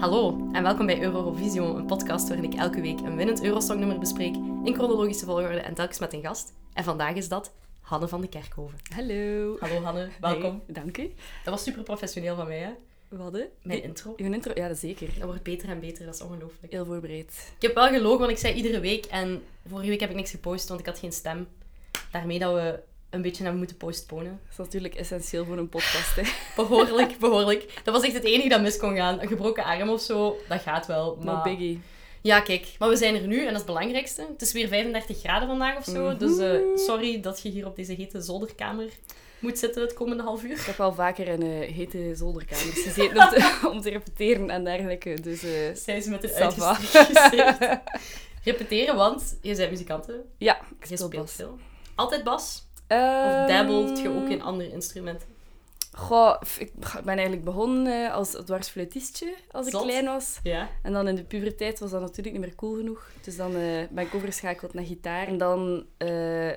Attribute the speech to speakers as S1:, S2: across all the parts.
S1: Hallo en welkom bij Eurovisio, een podcast waarin ik elke week een winnend Eurosongnummer bespreek in chronologische volgorde en telkens met een gast. En vandaag is dat Hanne van de Kerkhoven.
S2: Hallo.
S1: Hallo Hanne,
S2: Hey, dank u.
S1: Dat was super professioneel van mij, hè?
S2: Wat hè?
S1: Mijn intro.
S2: Uw intro? Ja, dat zeker.
S1: Dat wordt beter en beter, dat is ongelooflijk.
S2: Heel voorbereid.
S1: Ik heb wel gelogen, want ik zei iedere week en vorige week heb ik niks gepost, want ik had geen stem. Daarmee dat we een beetje hebben moeten postponen.
S2: Dat is natuurlijk essentieel voor een podcast, hè.
S1: Behoorlijk, behoorlijk. Dat was echt het enige dat mis kon gaan. Een gebroken arm of zo, dat gaat wel. Maar...
S2: No biggie.
S1: Ja, kijk. Maar we zijn er nu en dat is het belangrijkste. Het is weer 35 graden vandaag of
S2: Mhm.
S1: zo. Dus eh, sorry dat je hier op deze hete zolderkamer moet zitten het komende half uur.
S2: Ik heb al vaker in eh, hete zolderkamers gezeten om te, om te repeteren en dergelijke, dus... eh,
S1: Zij ze met een
S2: Ça va.
S1: uitgestreken gezicht. Repeteren, want je bent muzikanten.
S2: ja, ik
S1: Je
S2: speel
S1: speelt
S2: bas.
S1: veel. Altijd bas?
S2: Ehm,
S1: Of dabbelt je ook in andere instrumenten?
S2: Goh, f- ik ben eigenlijk begonnen eh, als dwarsfluitistje, als ik
S1: Zot.
S2: klein was.
S1: Ja.
S2: En dan in de puberteit was dat natuurlijk niet meer cool genoeg. Dus dan eh, ben ik overgeschakeld naar gitaar. En dan eh,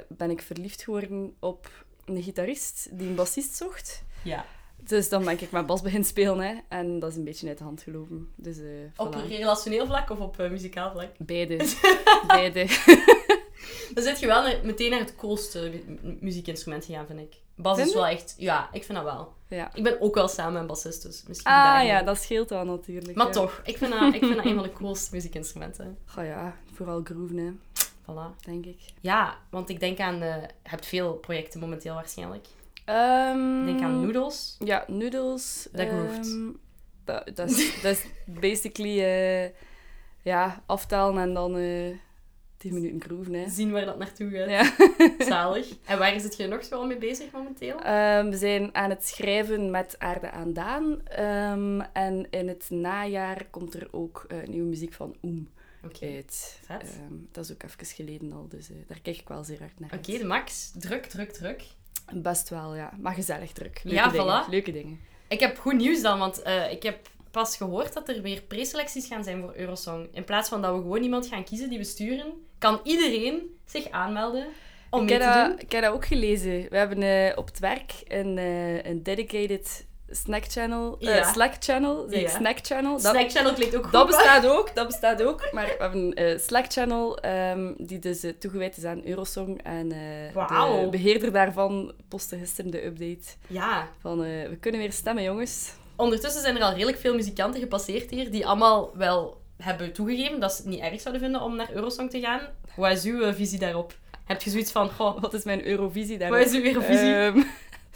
S2: ben ik verliefd geworden op een gitarist die een bassist zocht.
S1: Ja.
S2: Dus dan ben ik met bas beginnen spelen. Hè. En dat is een beetje uit de hand gelopen. Dus eh voilà.
S1: Op relationeel vlak of op eh, muzikaal vlak?
S2: Beide. Beide.
S1: Dan zit je wel naar- meteen naar het coolste mu- mu- muziekinstrument gegaan, vind ik. Bas
S2: Vind
S1: is
S2: je?
S1: wel echt... Ja, ik vind dat wel.
S2: Ja.
S1: Ik ben ook wel samen een bassist, dus misschien
S2: Ah
S1: daarom.
S2: ja, dat scheelt wel natuurlijk.
S1: Maar
S2: ja.
S1: toch, ik vind, dat, ik vind dat een van de coolste muziekinstrumenten.
S2: Goh ja, vooral groeven, hè,
S1: Voilà.
S2: denk ik.
S1: Ja, want ik denk aan... eh, je hebt veel projecten momenteel waarschijnlijk. Ik
S2: Ehm,
S1: denk aan Noodles.
S2: Ja, noodles.
S1: Dat groeft.
S2: ehm, dat, dat, is, dat is basically eh, ja, aftalen en dan eh 10 minuten groeven. Hè.
S1: Zien waar dat naartoe gaat.
S2: Ja.
S1: Zalig. En waar is het je nog zo mee bezig momenteel?
S2: Ehm, we zijn aan het schrijven met Aarde aan Daan. Ehm, en in het najaar komt er ook eh, nieuwe muziek van Oem
S1: Oké.
S2: uit.
S1: Vet.
S2: Ehm, dat is ook even geleden al, dus eh, daar kijk ik wel zeer hard naar
S1: Oké,
S2: uit.
S1: de max. Druk, druk, druk.
S2: Best wel, ja. Maar gezellig druk. Leuke
S1: Ja,
S2: dingen.
S1: voilà.
S2: Leuke dingen.
S1: Ik heb goed nieuws dan, want eh, ik heb pas gehoord dat er weer preselecties gaan zijn voor Eurosong. In plaats van dat we gewoon iemand gaan kiezen die we sturen, kan iedereen zich aanmelden om
S2: ik,
S1: mee
S2: heb
S1: te
S2: dat,
S1: doen.
S2: ik heb dat ook gelezen. We hebben eh, op het werk een, eh, een dedicated snack channel, eh,
S1: Ja.
S2: Slack channel, zeg ik
S1: Ja.
S2: snack channel. Dat,
S1: Snack Channel klinkt ook goed.
S2: dat
S1: hè?
S2: bestaat ook, dat bestaat ook. Maar we hebben een eh, Slack channel ehm, die dus eh, toegewijd is aan Eurosong en eh,
S1: Wauw.
S2: de beheerder daarvan postte gisteren de update
S1: Ja.
S2: van eh, we kunnen weer stemmen jongens.
S1: Ondertussen zijn er al redelijk veel muzikanten gepasseerd hier die allemaal wel hebben toegegeven dat ze het niet erg zouden vinden om naar Eurosong te gaan. Wat is uw eh, visie daarop? Heb je zoiets van, goh,
S2: Wat is mijn Eurovisie daarop?
S1: wat is uw visie?
S2: Ehm,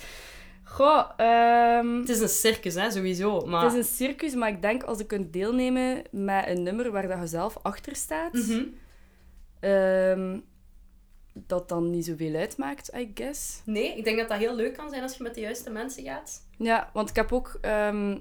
S2: goh, ehm,
S1: het is een circus, hè, sowieso. Maar...
S2: Het is een circus, maar ik denk als je kunt deelnemen met een nummer waar dat je zelf achter staat,
S1: Mhm.
S2: ehm, dat dan niet zoveel uitmaakt, I guess.
S1: Nee, ik denk dat dat heel leuk kan zijn als je met de juiste mensen gaat.
S2: Ja, want ik heb ook... ehm,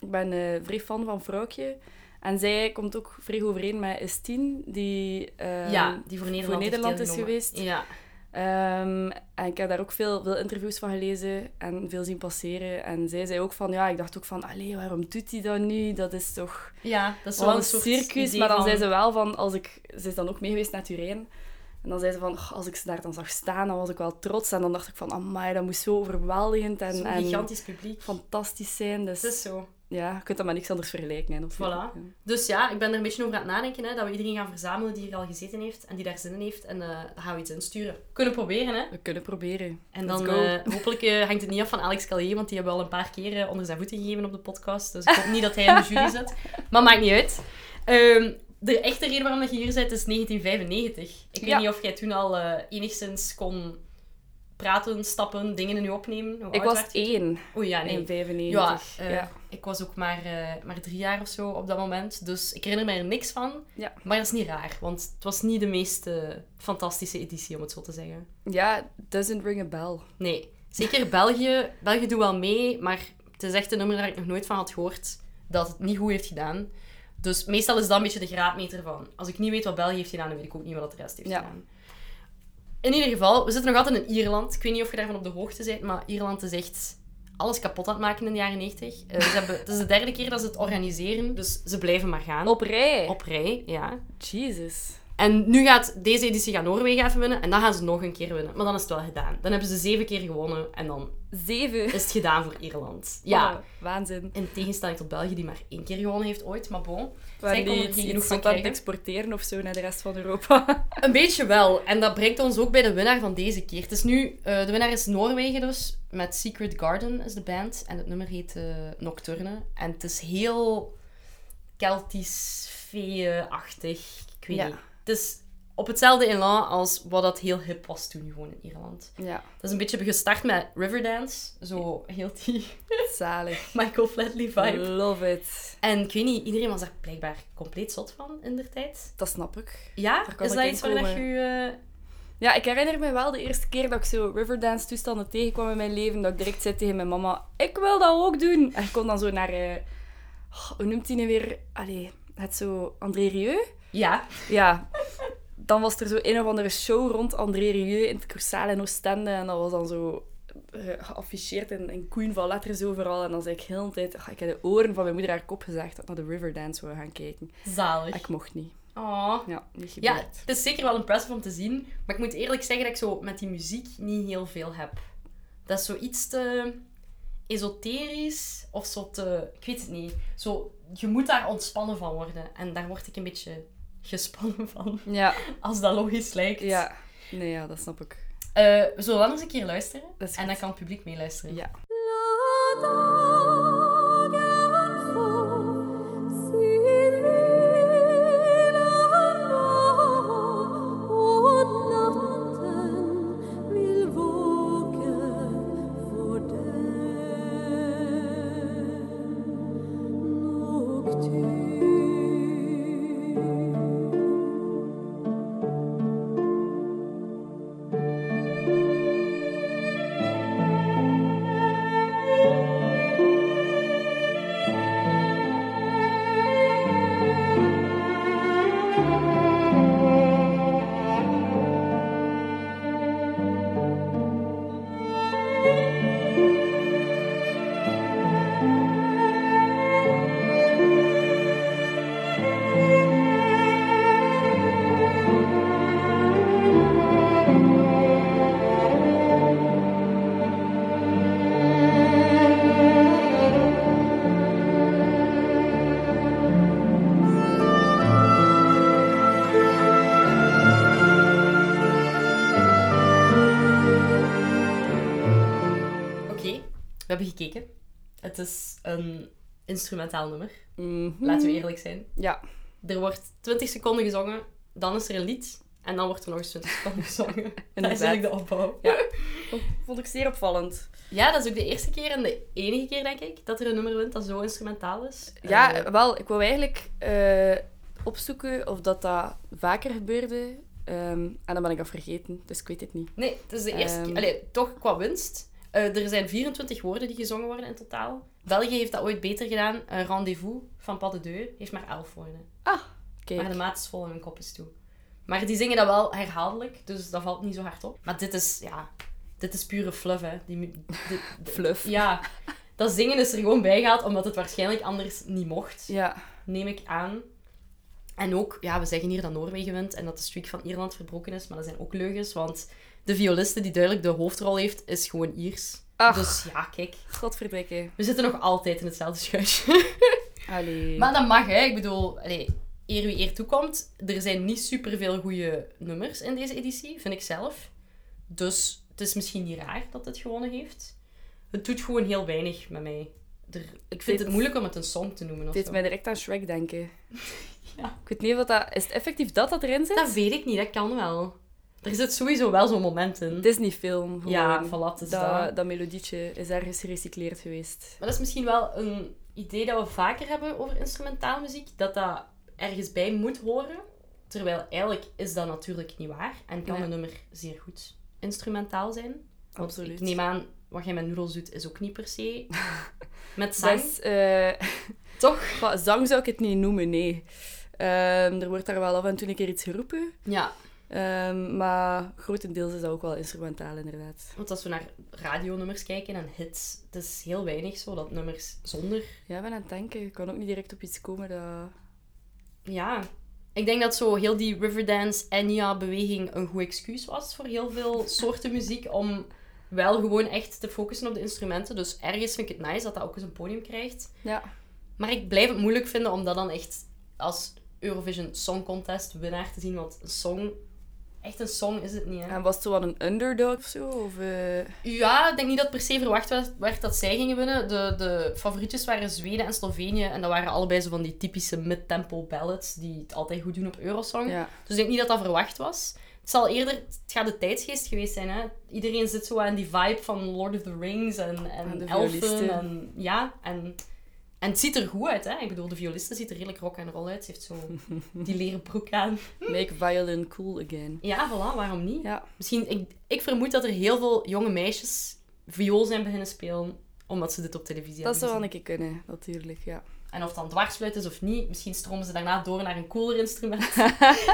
S2: ik ben eh vrij fan van Vrouwtje. En zij komt ook vrij overeen met Estine, die... ehm,
S1: ja, Eh, die voor Nederland, heeft
S2: Nederland is
S1: deelgenomen.
S2: geweest.
S1: Ja.
S2: ehm, en ik heb daar ook veel, veel interviews van gelezen en veel zien passeren. En zij zei ook van, ja, ik dacht ook van, allee, waarom doet hij dat nu? Dat is toch...
S1: ja, dat is wel
S2: wel
S1: een
S2: een
S1: soort
S2: circus,
S1: idee
S2: maar dan
S1: van-
S2: zei ze wel van, als ik, ze is dan ook mee geweest naar Turijn. En dan zei ze van, "Goh, als ik ze daar dan zag staan, dan was ik wel trots. En dan dacht ik van, amai, dat moest zo overweldigend en,
S1: Zo'n
S2: en
S1: gigantisch publiek.
S2: fantastisch zijn. Dus
S1: Het is zo.
S2: ja, je kunt dat met niks anders vergelijken. Hè, natuurlijk.
S1: Voilà. Dus ja, ik ben er een beetje over aan het nadenken. Hè, dat we iedereen gaan verzamelen die hier al gezeten heeft en die daar zin in heeft. En eh, daar gaan we iets insturen. Kunnen proberen, hè.
S2: We kunnen proberen.
S1: En
S2: Let's
S1: dan
S2: go.
S1: eh, hopelijk eh, hangt het niet af van Alex Callier, want die hebben we al een paar keer eh, onder zijn voeten gegeven op de podcast. Dus ik hoop niet dat hij in de jury zit. Maar maakt niet uit. Ehm, de echte reden waarom dat je hier bent is 1995. Ik weet
S2: Ja.
S1: niet of jij toen al eh, enigszins kon praten, stappen, dingen in je opnemen. Hoe
S2: Ik
S1: oud
S2: was
S1: werd je?
S2: één
S1: Oei, ja, nee.
S2: in 95.
S1: Ja, eh,
S2: ja.
S1: ik was ook maar, eh, maar drie jaar of zo op dat moment. Dus ik herinner mij er niks van.
S2: Ja.
S1: Maar dat is niet raar, want het was niet de meest eh, fantastische editie, om het zo te zeggen.
S2: Ja, doesn't ring a bell.
S1: Nee, zeker België. België doet wel mee, maar het is echt een nummer waar ik nog nooit van had gehoord dat het niet goed heeft gedaan. Dus meestal is dat een beetje de graadmeter van. Als ik niet weet wat België heeft gedaan, dan weet ik ook niet wat de rest heeft
S2: Ja.
S1: gedaan. In ieder geval, we zitten nog altijd in Ierland. Ik weet niet of je daarvan op de hoogte bent, maar Ierland is echt alles kapot aan het maken in de jaren 90. Eh, ze hebben, het is de derde keer dat ze het organiseren, dus ze blijven maar gaan.
S2: Op rij.
S1: Op rij, ja.
S2: Jesus.
S1: En nu gaat deze editie gaan Noorwegen even winnen. En dan gaan ze nog een keer winnen. Maar dan is het wel gedaan. Dan hebben ze zeven keer gewonnen. En dan
S2: Zeven.
S1: is het gedaan voor Ierland. Ja.
S2: Oh, waanzin.
S1: In tegenstelling tot België, die maar één keer gewonnen heeft ooit. Maar bon,
S2: Waar
S1: zij konden
S2: die
S1: er
S2: iets,
S1: geen
S2: iets
S1: genoeg van
S2: zot aan het
S1: krijgen.
S2: exporteren of zo naar de rest van Europa.
S1: Een beetje wel. En dat brengt ons ook bij de winnaar van deze keer. Het is nu, eh, de winnaar is Noorwegen dus, met Secret Garden is de band. En het nummer heet eh, Nocturne. En het is heel Keltisch, fee-achtig. Ik weet
S2: Ja.
S1: niet. Het is op hetzelfde elan als wat dat heel hip was toen gewoon in Ierland.
S2: ja,
S1: Het is een beetje gestart met Riverdance. Zo heel die
S2: zalig.
S1: Michael Flatley vibe.
S2: Love it.
S1: En ik weet niet, iedereen was daar blijkbaar compleet zot van in der tijd.
S2: Dat snap ik.
S1: Ja?
S2: Daar kan
S1: Is
S2: ik
S1: dat
S2: in
S1: iets waar dat je...
S2: komen.
S1: eh,
S2: Ja, ik herinner me wel de eerste keer dat ik zo Riverdance toestanden tegenkwam in mijn leven, dat ik direct zei tegen mijn mama, ik wil dat ook doen. En ik kon dan zo naar, eh, oh, hoe noemt die nu weer? Allee, het zo André Rieu?
S1: Ja.
S2: Ja. Dan was er zo een of andere show rond André Rieu in het Cursaal in Oostende en dat was dan zo eh, geafficheerd in, in koeien van letters overal. En dan zei ik heel de tijd, ah, ik heb de oren van mijn moeder haar kop gezegd dat ik naar de Riverdance wou gaan kijken.
S1: Zalig.
S2: Ik mocht niet.
S1: Oh.
S2: Ja, niet
S1: Ja,
S2: gebeurd.
S1: het is zeker wel impressive om te zien. Maar ik moet eerlijk zeggen dat ik zo met die muziek niet heel veel heb. Dat is zoiets te esoterisch of zo te... Ik weet het niet. Zo, je moet daar ontspannen van worden. En daar word ik een beetje gespannen van.
S2: Ja,
S1: Als dat logisch lijkt.
S2: ja. Nee, ja, dat snap ik.
S1: Eh, we zullen wel eens een keer luisteren.
S2: Dat is
S1: En
S2: goed.
S1: dan kan het publiek meeluisteren.
S2: Ja.
S1: Oké, we hebben gekeken. Het is een instrumentaal nummer.
S2: Mhm.
S1: Laten we eerlijk zijn.
S2: Ja,
S1: Er wordt 20 seconden gezongen, dan is er een lied en dan wordt er nog eens 20 seconden gezongen. dat is
S2: Inderdaad.
S1: eigenlijk de opbouw.
S2: vond- vond ik zeer opvallend.
S1: Ja, dat is ook de eerste keer en de enige keer, denk ik, dat er een nummer wint dat zo instrumentaal is. Eh,
S2: Ja, wel, ik wou eigenlijk eh, opzoeken of dat, dat vaker gebeurde. Ehm, en dan ben ik dat vergeten, dus ik weet het niet.
S1: nee, het is de eerste
S2: Ehm.
S1: keer. Allee, toch qua winst. Eh, er zijn 24 woorden die gezongen worden in totaal. België heeft dat ooit beter gedaan. Eh, Rendezvous van Pas de Deux heeft maar 11 woorden.
S2: Ah, Kijk,
S1: Maar de maat is vol en hun kop is toe. Maar die zingen dat wel herhaaldelijk, dus dat valt niet zo hard op. Maar dit is, ja, dit is pure fluff, hè. Die, mu- dit- dit-
S2: fluff. Ja.
S1: Ja, dat zingen is er gewoon bijgehaald omdat het waarschijnlijk anders niet mocht,
S2: ja.
S1: neem ik aan. En ook, ja, we zeggen hier dat Noorwegen wint en dat de streak van Ierland verbroken is, maar dat zijn ook leugens, want de violiste die duidelijk de hoofdrol heeft, is gewoon Iers.
S2: Ach.
S1: Dus ja, kijk,
S2: Godverdikke.
S1: we zitten nog altijd in hetzelfde schuitje.
S2: Allee.
S1: maar dat mag, hè. Ik bedoel, allee, eer wie eer toekomt, er zijn niet superveel goede nummers in deze editie, vind ik zelf. Dus het is misschien niet raar dat het gewonnen heeft. Het doet gewoon heel weinig met mij. Er- ik vind
S2: deed-
S1: het moeilijk om het een song te noemen.
S2: Het
S1: Of
S2: deed
S1: zo.
S2: mij direct aan Shrek denken.
S1: Ja.
S2: Ik weet niet wat dat... Is het effectief dat dat erin zit?
S1: Dat weet ik niet, dat kan wel. Er zit sowieso wel zo'n moment in.
S2: Disney-film. gewoon.
S1: Ja, voilà, het is dat.
S2: dat, dat melodietje is ergens gerecycleerd geweest.
S1: Maar dat is misschien wel een idee dat we vaker hebben over instrumentaal muziek, dat dat ergens bij moet horen. Terwijl eigenlijk is dat natuurlijk niet waar en kan
S2: Nee.
S1: een nummer zeer goed instrumentaal zijn. Want
S2: Absoluut.
S1: Ik neem aan, wat jij met noedels doet, is ook niet per se met zang.
S2: Dat is, eh,
S1: Toch?
S2: Goh, zang zou ik het niet noemen, nee. Ehm, er wordt daar wel af en toe een keer iets geroepen.
S1: Ja,
S2: Ehm, maar grotendeels is dat ook wel instrumentaal, inderdaad.
S1: want als we naar radionummers kijken en hits, het is heel weinig zo dat nummers zonder...
S2: Ja, ik ben aan het denken. Ik kan ook niet direct op iets komen dat...
S1: Ja, Ik denk dat zo heel die Riverdance Enya-beweging een goed excuus was voor heel veel soorten muziek om wel gewoon echt te focussen op de instrumenten. Dus ergens vind ik het nice dat dat ook eens een podium krijgt.
S2: Ja.
S1: Maar ik blijf het moeilijk vinden om dat dan echt als Eurovision Song Contest winnaar te zien. Want een song, echt een song is het niet. Hè?
S2: En was het zo wat een underdog of zo? Of, eh,
S1: Ja, ik denk niet dat per se verwacht werd- werd dat zij gingen winnen. De, de favorietjes waren Zweden en Slovenië. En dat waren allebei zo van die typische mid-tempo ballads die het altijd goed doen op Eurosong.
S2: ja.
S1: Dus ik denk niet dat dat verwacht was. Het zal eerder, het gaat de tijdsgeest geweest zijn. Hè? Iedereen zit zo aan die vibe van Lord of the Rings en,
S2: En
S1: en
S2: de
S1: elfen.
S2: violisten.
S1: En, ja, en, en het ziet er goed uit. Hè? Ik bedoel, de violiste ziet er redelijk rock en roll uit. Ze heeft zo die leren broek aan.
S2: Make violin cool again.
S1: Ja, voilà, waarom niet?
S2: Ja.
S1: Misschien, ik, ik vermoed dat er heel veel jonge meisjes viool zijn beginnen spelen omdat ze dit op televisie
S2: Dat zou
S1: hebben
S2: wel een keer kunnen, natuurlijk, ja.
S1: gezien. En of het dan dwarsfluit is of niet, misschien stromen ze daarna door naar een cooler instrument.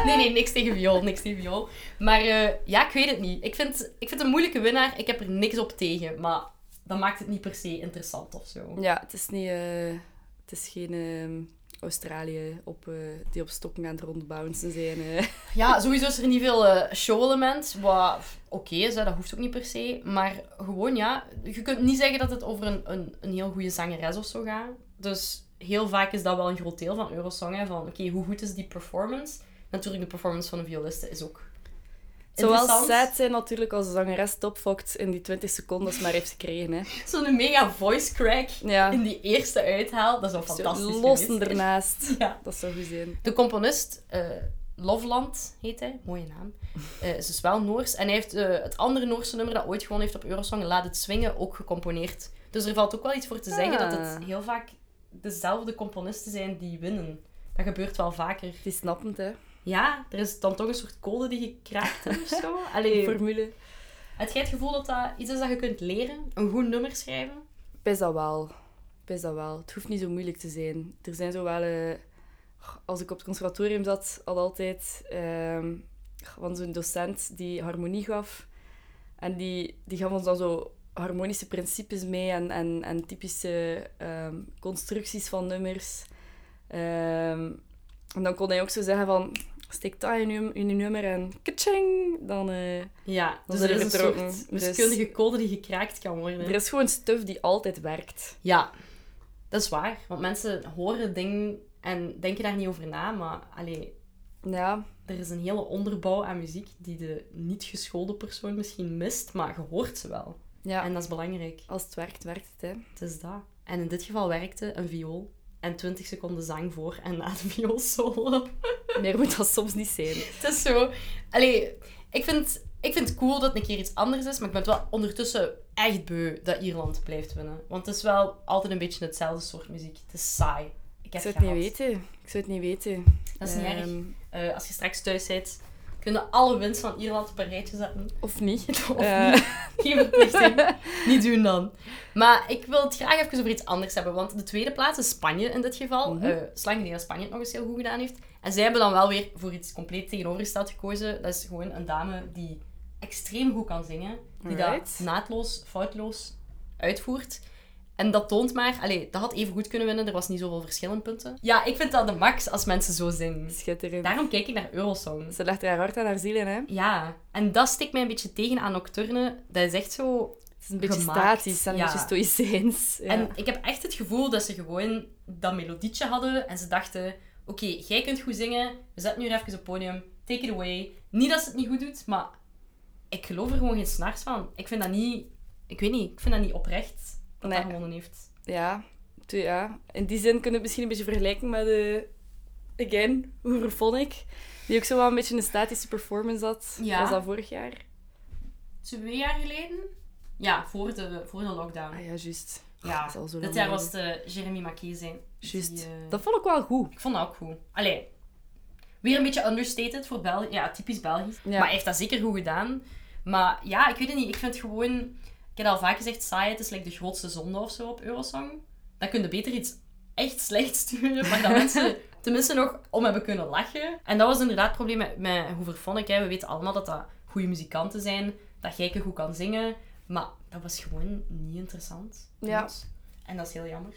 S1: nee, nee, niks tegen viool, niks tegen viool. Maar eh, ja, ik weet het niet. Ik vind, ik vind het een moeilijke winnaar, ik heb er niks op tegen, maar dat maakt het niet per se interessant of zo.
S2: Ja, het is, niet, eh, het is geen ehm, Australië op, eh, die op stokken aan het rondbouncen zijn. eh.
S1: Ja, sowieso is er niet veel eh, show-element, wat oké is, hè, dat hoeft ook niet per se. Maar gewoon, ja, je kunt niet zeggen dat het over een, een, een heel goede zangeres of zo gaat. Dus heel vaak is dat wel een groot deel van Eurosong, hè, van oké, hoe goed is die performance? Natuurlijk, de performance van een violiste is ook
S2: Het zou wel
S1: interessant.
S2: sad zijn natuurlijk als de zangeres topfokt in die 20 seconden als ze maar heeft gekregen. Hè.
S1: Zo'n mega voice crack
S2: Ja,
S1: in die eerste uithaal, dat zou
S2: Zo
S1: fantastisch
S2: lossen
S1: geweest zijn.
S2: ernaast.
S1: Ja.
S2: Dat zou goed zijn.
S1: De componist, eh Lovland heet hij, mooie naam, Eh, is dus wel Noors. En hij heeft eh, het andere Noorse nummer dat ooit gewonnen heeft op Eurosong, Laat het Swingen, ook gecomponeerd. Dus er valt ook wel iets voor te zeggen dat het
S2: Ah.
S1: heel vaak dezelfde componisten zijn die winnen. Dat gebeurt wel vaker.
S2: Die snappen het, hè.
S1: Ja, er is dan toch een soort code die gekraakt is of zo.
S2: Die
S1: Allee,
S2: formule.
S1: heb jij het gevoel dat dat iets is dat je kunt leren? Een goed nummer schrijven?
S2: Best dat wel. Best dat wel. Het hoeft niet zo moeilijk te zijn. Er zijn zo wel... eh, als ik op het conservatorium zat, al altijd... ehm, van zo'n docent die harmonie gaf. En die, die gaf ons dan zo harmonische principes mee en, en, en typische ehm, constructies van nummers. Ehm, en dan kon hij ook zo zeggen van... Steek dat in je, in je nummer en katsching! Dan... eh,
S1: Ja,
S2: Dan
S1: dus
S2: zijn
S1: er
S2: er
S1: is een
S2: getrokken.
S1: soort
S2: Dus-
S1: wiskundige code die gekraakt kan worden.
S2: Er is gewoon stuff die altijd werkt.
S1: Ja, dat is waar. Want mensen horen dingen en denken daar niet over na, maar allee,
S2: Ja,
S1: er is een hele onderbouw aan muziek die de niet geschoolde persoon misschien mist, maar je hoort ze wel.
S2: ja.
S1: En dat is belangrijk.
S2: als het werkt, werkt het, hè.
S1: Het is dat. En in dit geval werkte een viool en 20 seconden zang voor en na de vioolsolo.
S2: Meer moet dat soms niet zijn.
S1: Het is zo... Allee, ik vind, ik vind het cool dat het een keer iets anders is, maar ik ben het wel ondertussen echt beu dat Ierland blijft winnen. Want het is wel altijd een beetje hetzelfde soort muziek. Het is saai. Ik
S2: Ik
S1: heb
S2: zou het niet
S1: gehad.
S2: weten. Ik zou het niet weten.
S1: Dat is niet erg.
S2: Ehm,
S1: Eh, als je straks thuis bent, kunnen alle winst van Ierland op een rijtje zetten.
S2: Of niet.
S1: Of
S2: Eh,
S1: niet. Geen verplichting. niet doen dan. Maar ik wil het graag even over iets anders hebben. Want de tweede plaats is Spanje in dit geval.
S2: Mhm.
S1: Eh is lang geleden dat Spanje het nog eens heel goed gedaan heeft. En zij hebben dan wel weer voor iets compleet tegenovergesteld gekozen. Dat is gewoon een dame die extreem goed kan zingen. Die
S2: Alright.
S1: dat naadloos, foutloos uitvoert. En dat toont maar... Allee, dat had even goed kunnen winnen. Er was niet zoveel verschil in punten. Ja, ik vind dat de max als mensen zo zingen.
S2: Schitterend.
S1: Daarom kijk ik naar Eurosong.
S2: Ze legt er haar hart aan haar ziel in, hè.
S1: Ja, en dat steekt mij een beetje tegen aan Nocturne. Dat is echt zo...
S2: Het is een beetje
S1: Gemaakt,
S2: statisch en een
S1: ja.
S2: beetje stoïcijns. Ja.
S1: En ik heb echt het gevoel dat ze gewoon dat melodietje hadden en ze dachten... Oké, jij kunt goed zingen, we zetten nu er even op het podium, take it away. Niet dat ze het niet goed doet, maar ik geloof er gewoon geen snars van. Ik vind dat niet... Ik weet niet, ik vind dat niet oprecht dat
S2: Nee.
S1: dat gewonnen heeft.
S2: ja. Twee- ja. In die zin kunnen we het misschien een beetje vergelijken met... eh again, Hoeverphonic. Die ook zo wel een beetje een statische performance had.
S1: Ja.
S2: Was dat vorig jaar?
S1: Twee jaar geleden? Ja, voor de, voor de lockdown.
S2: Ah ja, juist.
S1: Ja,
S2: dat is al zo
S1: dit
S2: lang
S1: jaar was
S2: geleden.
S1: het eh, Jeremy Maquet zijn.
S2: Juist.
S1: Die, eh,
S2: Dat vond ik wel goed.
S1: Ik vond dat ook goed. Allee, weer een beetje understated voor België. Ja, typisch Belgisch.
S2: Ja.
S1: Maar hij heeft dat zeker goed gedaan. Maar ja, ik weet het niet. Ik vind het gewoon... Ik heb al vaak gezegd, saai, het is like de grootste zonde of zo op Eurosong. Dan kun je beter iets echt slecht sturen, maar dat mensen tenminste nog om hebben kunnen lachen. En dat was inderdaad het probleem met, met Hoeverphonic. Hè. We weten allemaal dat dat goede muzikanten zijn, dat Gijke goed kan zingen. Maar dat was gewoon niet interessant.
S2: Ja.
S1: En dat is heel jammer.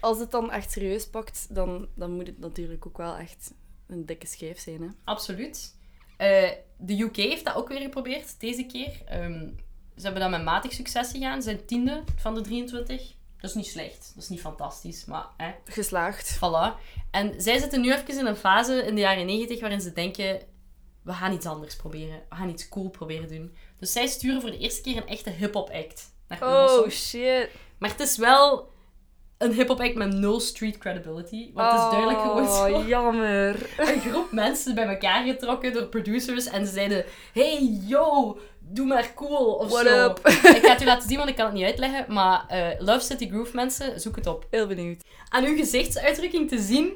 S2: Als het dan echt serieus pakt, dan, dan moet het natuurlijk ook wel echt een dikke schijf zijn, hè.
S1: Absoluut. Eh, de UK heeft dat ook weer geprobeerd, deze keer. Ehm, ze hebben dat met matig succes gegaan. Ze zijn tiende van de 23. Dat is niet slecht. Dat is niet fantastisch, maar... Hè.
S2: Geslaagd.
S1: Voilà. En zij zitten nu even in een fase in de jaren 90 waarin ze denken... We gaan iets anders proberen. We gaan iets cool proberen doen. Dus zij sturen voor de eerste keer een echte hip-hop act naar
S2: Oh,
S1: Brussel.
S2: shit.
S1: Maar het is wel een hip-hop act met no street credibility. Want het is duidelijk gewoon zo
S2: Oh, jammer.
S1: een groep mensen bij elkaar getrokken door producers. En ze zeiden: Hey, yo, doe maar cool. Of
S2: What
S1: zo.
S2: up?
S1: ik ga het u laten zien, want ik kan het niet uitleggen. Maar eh, Love City Groove mensen, zoek het op.
S2: Heel benieuwd.
S1: Aan uw gezichtsuitdrukking te zien,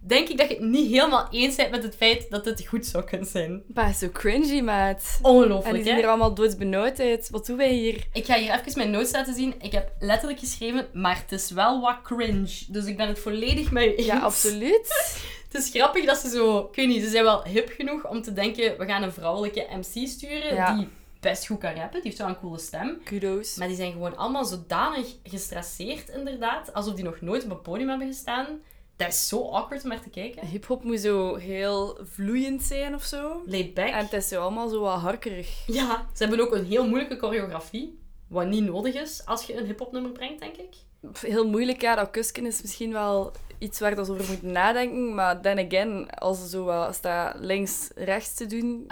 S1: denk ik dat je het niet helemaal eens bent met het feit dat het goed zou kunnen zijn.
S2: Maar zo cringy, maat. En die
S1: Ongelooflijk,
S2: zien
S1: hè?
S2: er allemaal doodsbenauwd uit. Wat doen wij hier?
S1: Ik ga hier even mijn notes laten zien. Ik heb letterlijk geschreven, maar het is wel wat cringe. Dus ik ben het volledig met u eens.
S2: Ja, absoluut.
S1: Het is grappig dat ze zo... Ik weet niet, ze zijn wel hip genoeg om te denken... We gaan een vrouwelijke MC sturen
S2: Ja.
S1: die best goed kan rappen. Die heeft wel een coole stem.
S2: Kudos.
S1: Maar die zijn gewoon allemaal zodanig gestresseerd, inderdaad. Alsof die nog nooit op een podium hebben gestaan. Dat is zo awkward om naar te kijken.
S2: Hip-hop moet zo heel vloeiend zijn of zo.
S1: Laid back.
S2: En het is zo allemaal zo wat harkerig.
S1: Ja, ze hebben ook een heel moeilijke choreografie. Wat niet nodig is als je een hip-hop nummer brengt, denk ik.
S2: Pff, Heel moeilijk, ja. Dat kusken is misschien wel iets waar dat ze over moet nadenken. Maar then again, als ze zo wat als dat links-rechts te doen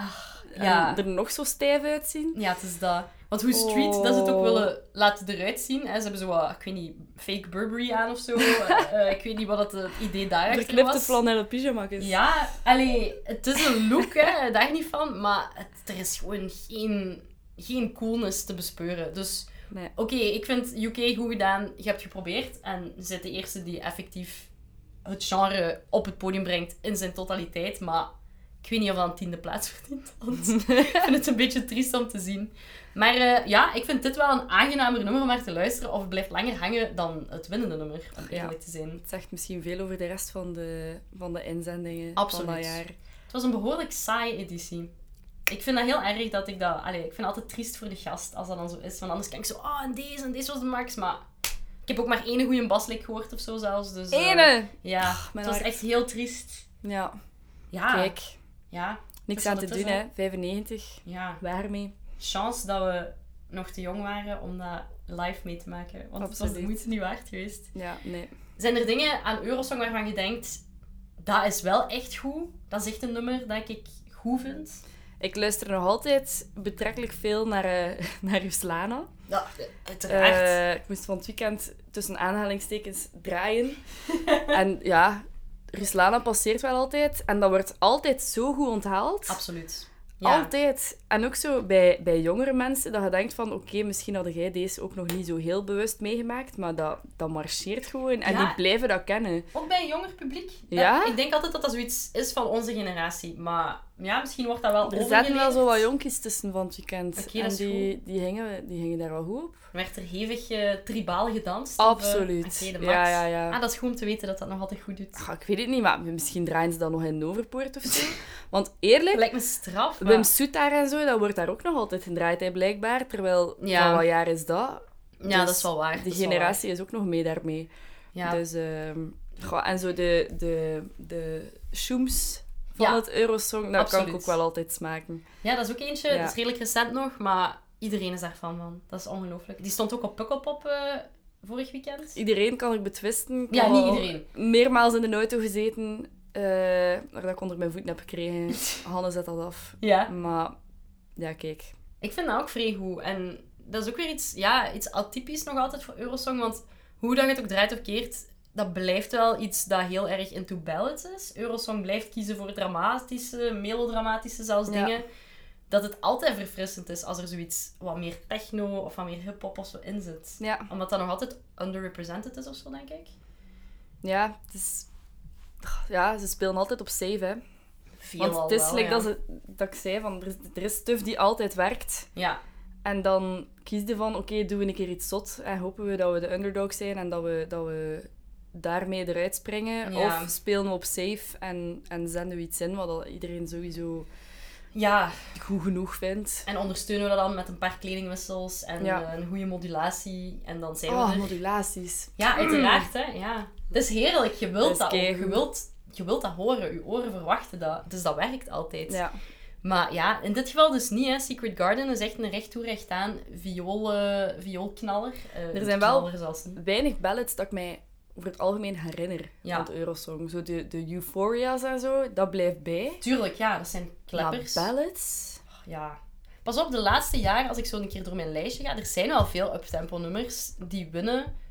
S2: en
S1: ja.
S2: er nog zo stijf uitzien.
S1: Ja, het is dat. Want hoe street dat ze het ook
S2: Oh.
S1: willen laten eruit zien. Hè? Ze hebben zo wat, ik weet niet, fake Burberry aan of zo. Eh, ik weet niet wat het eh, idee daarachter
S2: Verknipte
S1: was.
S2: flanellen pyjamakjes.
S1: Ja, allee, het is een look, hè, daar niet van. Maar het, er is gewoon geen, geen coolness te bespeuren. Dus
S2: Nee.
S1: oké, ik vind UK goed gedaan. Je hebt geprobeerd. En ze zijn de eerste die effectief het genre op het podium brengt in zijn totaliteit. Maar ik weet niet of dat een tiende plaats verdient. want ik vind het een beetje triest om te zien. Maar eh, ja, ik vind dit wel een aangenamer nummer om naar te luisteren. Of het blijft langer hangen dan het winnende nummer, om eerlijk te zijn.
S2: Het zegt misschien veel over de rest van de, van de inzendingen
S1: Absoluut.
S2: van dat jaar.
S1: Het was een behoorlijk saaie editie. Ik vind dat heel erg dat ik dat... Allee, ik vind het altijd triest voor de gast als dat dan zo is. Want anders kan ik zo... Oh, en deze en deze was de max. Maar ik heb ook maar één goede baslik gehoord of zo zelfs. Dus, eh,
S2: Ene! Ah,
S1: ja, het
S2: mijn
S1: was
S2: hart.
S1: echt heel triest.
S2: Ja,
S1: Ja.
S2: kijk.
S1: Ja.
S2: Niks
S1: Ah, Dat
S2: aan te
S1: is wat het
S2: doen,
S1: is,
S2: hè. 95.
S1: Ja.
S2: Waarmee?
S1: Chance dat we nog te jong waren om dat live mee te maken. Want het was de
S2: Absoluut.
S1: moeite niet waard geweest.
S2: Ja, nee.
S1: Zijn er dingen aan Eurosong waarvan je denkt... Dat is wel echt goed. Dat is echt een nummer dat ik goed vind.
S2: Ik luister nog altijd betrekkelijk veel naar, eh, naar Ruslana.
S1: Ja,
S2: Eh, ik moest van het weekend tussen aanhalingstekens draaien. en ja, Ruslana passeert wel altijd. En dat wordt altijd zo goed onthaald.
S1: Absoluut.
S2: Altijd. En ook zo bij, bij jongere mensen, dat je denkt van... Oké, misschien had jij deze ook nog niet zo heel bewust meegemaakt. Maar dat, dat marcheert gewoon. En
S1: Ja.
S2: die blijven dat kennen.
S1: Ook bij een jonger publiek.
S2: Ja?
S1: Ik denk altijd dat dat zoiets is van onze generatie. Maar ja, misschien wordt dat wel
S2: Er zaten wel
S1: overgeleverd.
S2: zo wat jonkies tussen van het weekend.
S1: Oké, dat
S2: en
S1: is
S2: die, die, hingen, die hingen daar wel goed op.
S1: Werd er hevig eh, tribaal gedanst? of, eh,
S2: Absoluut.
S1: oké, de max.
S2: ja, ja, ja.
S1: Ah, dat is goed om te weten dat dat nog altijd goed doet.
S2: Ah, ik weet het niet, maar misschien draaien ze dan nog in Overpoort of zo. Want eerlijk,
S1: Lijkt me straf. maar-
S2: Wim Soetaar en zo, dat wordt daar ook nog altijd gedraaid, hè, blijkbaar. Terwijl,
S1: Ja.
S2: van wat jaar is dat?
S1: ja,
S2: dus
S1: dat is wel waar.
S2: Die
S1: dat is wel
S2: generatie is ook nog mee daarmee.
S1: waar. Ja.
S2: Dus, ehm, goh, en zo de, de, de shoems van
S1: Ja.
S2: het Eurosong, dat kan
S1: Absoluut.
S2: ik ook wel altijd smaken.
S1: ja, dat is ook eentje.
S2: Ja.
S1: Dat is redelijk recent nog, maar iedereen is daarvan, man. Dat is ongelooflijk. Die stond ook op Pukkelpop eh, vorig weekend.
S2: Iedereen kan ik betwisten. Ik
S1: Ja,
S2: heb
S1: niet
S2: al
S1: iedereen.
S2: Meermaals in de auto gezeten, eh, waar dat ik onder mijn voeten heb gekregen. Hanne zet dat af.
S1: Ja.
S2: Maar, ja, kijk.
S1: Ik vind dat ook vrij goed. En dat is ook weer iets, ja, iets atypisch nog altijd voor Eurosong. Want hoe dat je het ook draait of keert, dat blijft wel iets dat heel erg into ballads is. Eurosong blijft kiezen voor dramatische, melodramatische zelfs
S2: Ja.
S1: dingen. Dat het altijd verfrissend is als er zoiets wat meer techno of wat meer hip-hop of zo in zit.
S2: Ja.
S1: Omdat dat nog altijd underrepresented is of zo, denk ik.
S2: Ja, het is... Ja, ze spelen altijd op safe, hè.
S1: Veel
S2: Want het is like
S1: ja.
S2: dat, ze, dat ik zei, van, er, is, er is stuff die altijd werkt.
S1: Ja,
S2: En dan kies je van, oké, doen we een keer iets zot. En hopen we dat we de underdog zijn en dat we, dat we daarmee eruit springen.
S1: Ja.
S2: Of spelen we op safe en, en zenden we iets in wat dat iedereen sowieso
S1: ja.
S2: goed genoeg vindt.
S1: en ondersteunen we dat dan met een paar kledingwissels en
S2: Ja.
S1: eh, een goede modulatie. En dan zijn we dus
S2: Oh,
S1: er.
S2: modulaties.
S1: Ja, uiteraard, hè. Ja. Het is heerlijk. Je wilt
S2: Mm. Dat is
S1: dat, ook. Je
S2: keigoed.
S1: wilt je wilt dat horen, je oren verwachten dat. Dus dat werkt altijd.
S2: Ja.
S1: Maar ja, in dit geval dus niet. Hè. Secret Garden is echt een recht toe, recht aan viool, eh, vioolknaller. Eh,
S2: Er zijn wel-
S1: knaller zelfs niet.
S2: Weinig ballads dat ik mij over het algemeen herinner
S1: Ja.
S2: van het Eurosong. Zo de, de euphoria's en zo, dat blijft bij.
S1: Tuurlijk, ja, dat zijn kleppers.
S2: Maar ballads...
S1: Ja. Pas op, de laatste jaren, als ik zo een keer door mijn lijstje ga, er zijn wel veel uptempo nummers die winnen.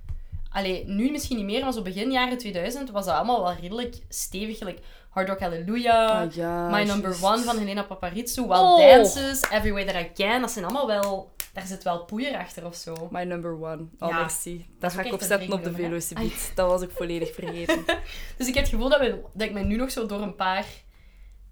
S1: Allee, nu misschien niet meer, maar zo begin jaren 2000 was dat allemaal wel redelijk stevig. Like Hard Rock Hallelujah,
S2: Ah ja,
S1: Eh, My Number
S2: juist.
S1: One van Helena Paparizou, Wild
S2: Oh.
S1: Dances, Everywhere That I Can. Dat zijn allemaal wel... Daar zit wel poeier achter of zo.
S2: My number one. Oh,
S1: Ja.
S2: merci. Daar ga
S1: ook
S2: ik
S1: echt
S2: op
S1: een
S2: zetten op de
S1: vreemde nummer, hè?
S2: Velocibeat. Dat was ik volledig vergeten.
S1: Dus ik heb het gevoel dat, we, dat ik me nu nog zo door een paar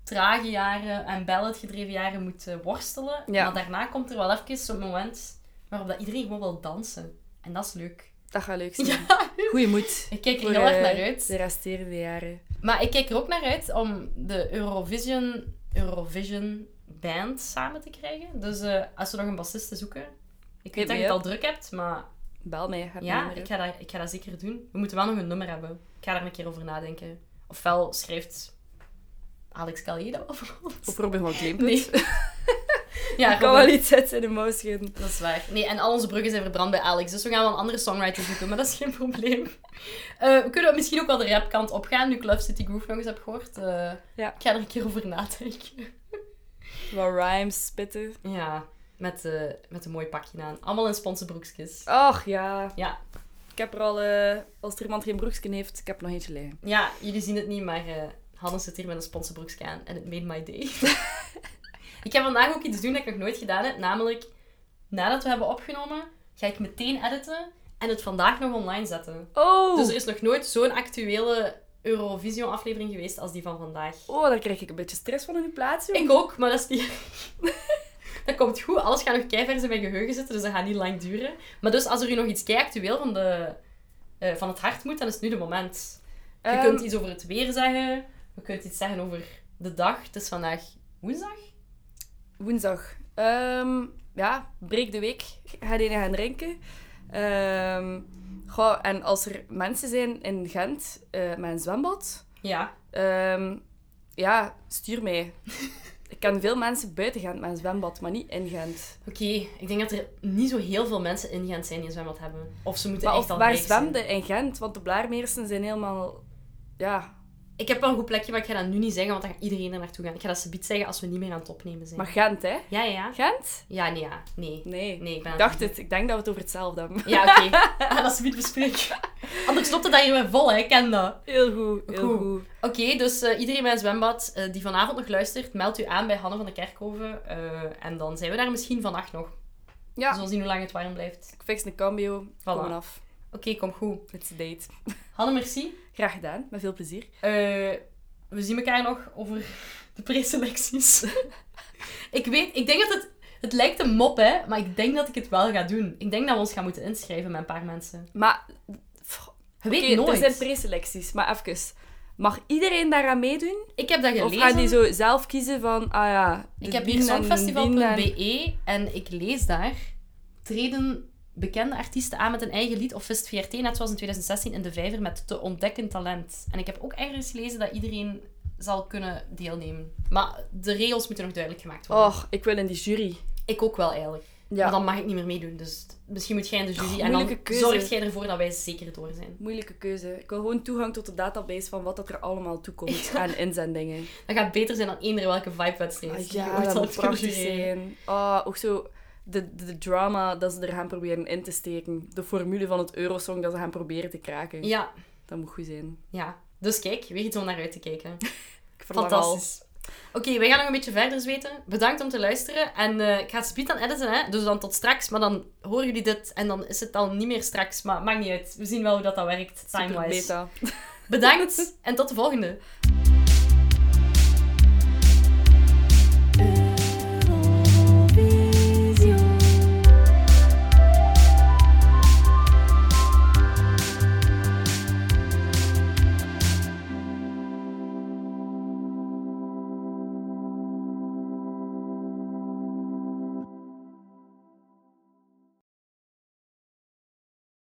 S1: trage jaren en balladgedreven jaren moet eh, worstelen.
S2: Ja.
S1: Maar daarna komt er wel even zo'n moment waarop dat iedereen gewoon wil dansen. En dat is leuk.
S2: Dat gaat leuk zijn.
S1: Ja,
S2: Goeie moed.
S1: ik kijk er
S2: Voor,
S1: heel erg
S2: eh,
S1: naar
S2: De
S1: uit.
S2: resterende jaren.
S1: Maar ik kijk er ook naar uit om de Eurovision, Eurovision band samen te krijgen. Dus eh, als we nog een bassiste zoeken... Ik
S2: Hit
S1: weet dat
S2: me
S1: je het al
S2: up.
S1: druk hebt, maar
S2: Bel mij. Heb
S1: ja, ik ga, dat, ik ga dat zeker doen. We moeten wel nog een nummer hebben. Ik ga daar een keer over nadenken. Ofwel schrijft Alex Callier dat wel voor ons.
S2: Of Robin van Kleemput.
S1: Nee. Ja,
S2: Ik kan
S1: Robin,
S2: wel iets uit zijn mouw schudden.
S1: dat is waar. Nee, en al onze bruggen zijn verbrand bij Alex, dus we gaan wel een andere songwriter zoeken, maar dat is geen probleem. Eh, we kunnen misschien ook wel de rapkant opgaan, nu ik Love City Groove nog eens heb gehoord. Eh,
S2: Ja.
S1: Ik ga er een keer over nadenken.
S2: Wat rhymes spitten.
S1: Ja, met, eh, met een mooi pakje aan. Allemaal in sponsorbroekjes.
S2: Ach ja.
S1: Ja.
S2: Ik heb er al... eh, als er iemand geen broeksken heeft, ik heb nog eentje liggen.
S1: ja, jullie zien het niet, maar eh Hannes zit hier met een sponsorbroekje aan en het made my day. ik heb vandaag ook iets doen dat ik nog nooit gedaan heb, namelijk nadat we hebben opgenomen, ga ik meteen editen en het vandaag nog online zetten.
S2: Oh!
S1: Dus er is nog nooit zo'n actuele Eurovision-aflevering geweest als die van vandaag.
S2: Oh, daar krijg ik een beetje stress van in die plaats, joh.
S1: Ik ook, maar dat is niet... dat komt goed. Alles gaat nog keivers in mijn geheugen zitten, dus dat gaat niet lang duren. Maar dus als er u nog iets kei-actueel van, de, eh, van het hart moet, dan is het nu de moment. Je
S2: Ehm,
S1: kunt iets over het weer zeggen. Je kunt iets zeggen over de dag. Het is vandaag woensdag.
S2: Woensdag. Ehm, ja, breek de week. Ga die gaan drinken. Ehm, goh, en als er mensen zijn in Gent eh, met een zwembad,
S1: Ja.
S2: ehm, ja, stuur mij. Ik ken veel mensen buiten Gent met een zwembad, maar niet in Gent.
S1: Oké, ik denk dat er niet zo heel veel mensen in Gent zijn die een zwembad hebben. Of ze moeten
S2: Maar
S1: echt
S2: of
S1: al
S2: waar
S1: rijk zijn.
S2: zwemde in Gent? Want de Blaarmeersen zijn helemaal... Ja.
S1: Ik heb wel een goed plekje, maar ik ga dat nu niet zeggen, want dan gaat iedereen er naartoe gaan. Ik ga dat subiet zeggen als we niet meer aan het opnemen zijn.
S2: Maar Gent, hè?
S1: Ja, ja, ja.
S2: Gent?
S1: Ja, nee, ja. Nee.
S2: Nee.
S1: Nee, ik ben
S2: Ik dacht het. Ik denk dat we het over hetzelfde hebben.
S1: Ja, oké. Ah, dat is niet bespreken. Anders stopt het daar hier weer vol, hè. Ik ken dat.
S2: Heel goed, heel
S1: Goed.
S2: goed.
S1: Oké, dus eh, iedereen bij een zwembad eh, die vanavond nog luistert, meld u aan bij Hanne van de Kerkhoven. eh, en dan zijn we daar misschien vannacht nog.
S2: Ja.
S1: We zullen zien hoe lang het warm blijft.
S2: Ik fix een cambio. Kom
S1: Voilà.
S2: af.
S1: Oké, kom goed.
S2: It's a date.
S1: Hanne, merci.
S2: Graag gedaan, met veel plezier.
S1: Eh, we zien elkaar nog over de preselecties. ik weet, ik denk dat het... Het lijkt een mop, hè. Maar ik denk dat ik het wel ga doen. Ik denk dat we ons gaan moeten inschrijven met een paar mensen.
S2: Maar
S1: Je weet
S2: oké, dus er
S1: nooit.
S2: zijn preselecties, maar even. Mag iedereen daaraan meedoen?
S1: Ik heb dat
S2: Of
S1: gelezen.
S2: gaan die zo zelf kiezen van, ah ja...
S1: Ik
S2: de
S1: heb hier
S2: dien en dien en-
S1: songfestival.be en ik lees daar. Treden bekende artiesten aan met een eigen lied of vist VRT, net zoals in 2016 in De Vijver met Te Ontdekken Talent. En ik heb ook ergens gelezen dat iedereen zal kunnen deelnemen. Maar de regels moeten nog duidelijk gemaakt worden.
S2: Och, ik wil in die jury.
S1: Ik ook wel eigenlijk.
S2: Oh. Ja,
S1: Maar dan mag ik niet meer meedoen. Dus t- misschien moet jij in de jury.
S2: Oh,
S1: en dan
S2: moeilijke keuze.
S1: zorgt jij ervoor dat wij zeker door zijn.
S2: moeilijke keuze. Ik wil gewoon toegang tot de database van wat dat er allemaal toekomt aan inzendingen.
S1: Dat gaat beter zijn dan eender welke vibe-wedstrijd. die je
S2: Ah, ja,
S1: ooit
S2: dat
S1: al
S2: moet
S1: hebt kunnen
S2: prachtig
S1: jureren.
S2: zijn. Ah, ook zo... De, de, de drama dat ze er gaan proberen in te steken. De formule van het Eurosong dat ze gaan proberen te kraken.
S1: Ja,
S2: Dat moet goed zijn.
S1: ja. Dus kijk, weer iets om naar uit te kijken.
S2: Ik verlang al.
S1: Fantastisch. Oké, wij gaan nog een beetje verder zweten. Bedankt om te luisteren. En eh, ik ga het speed aan editen, hè. Dus dan tot straks. Maar dan horen jullie dit en dan is het dan niet meer straks. Maar maakt niet uit. We zien wel hoe dat, dat werkt,
S2: Super
S1: time-wise.
S2: beta.
S1: Bedankt en tot de volgende.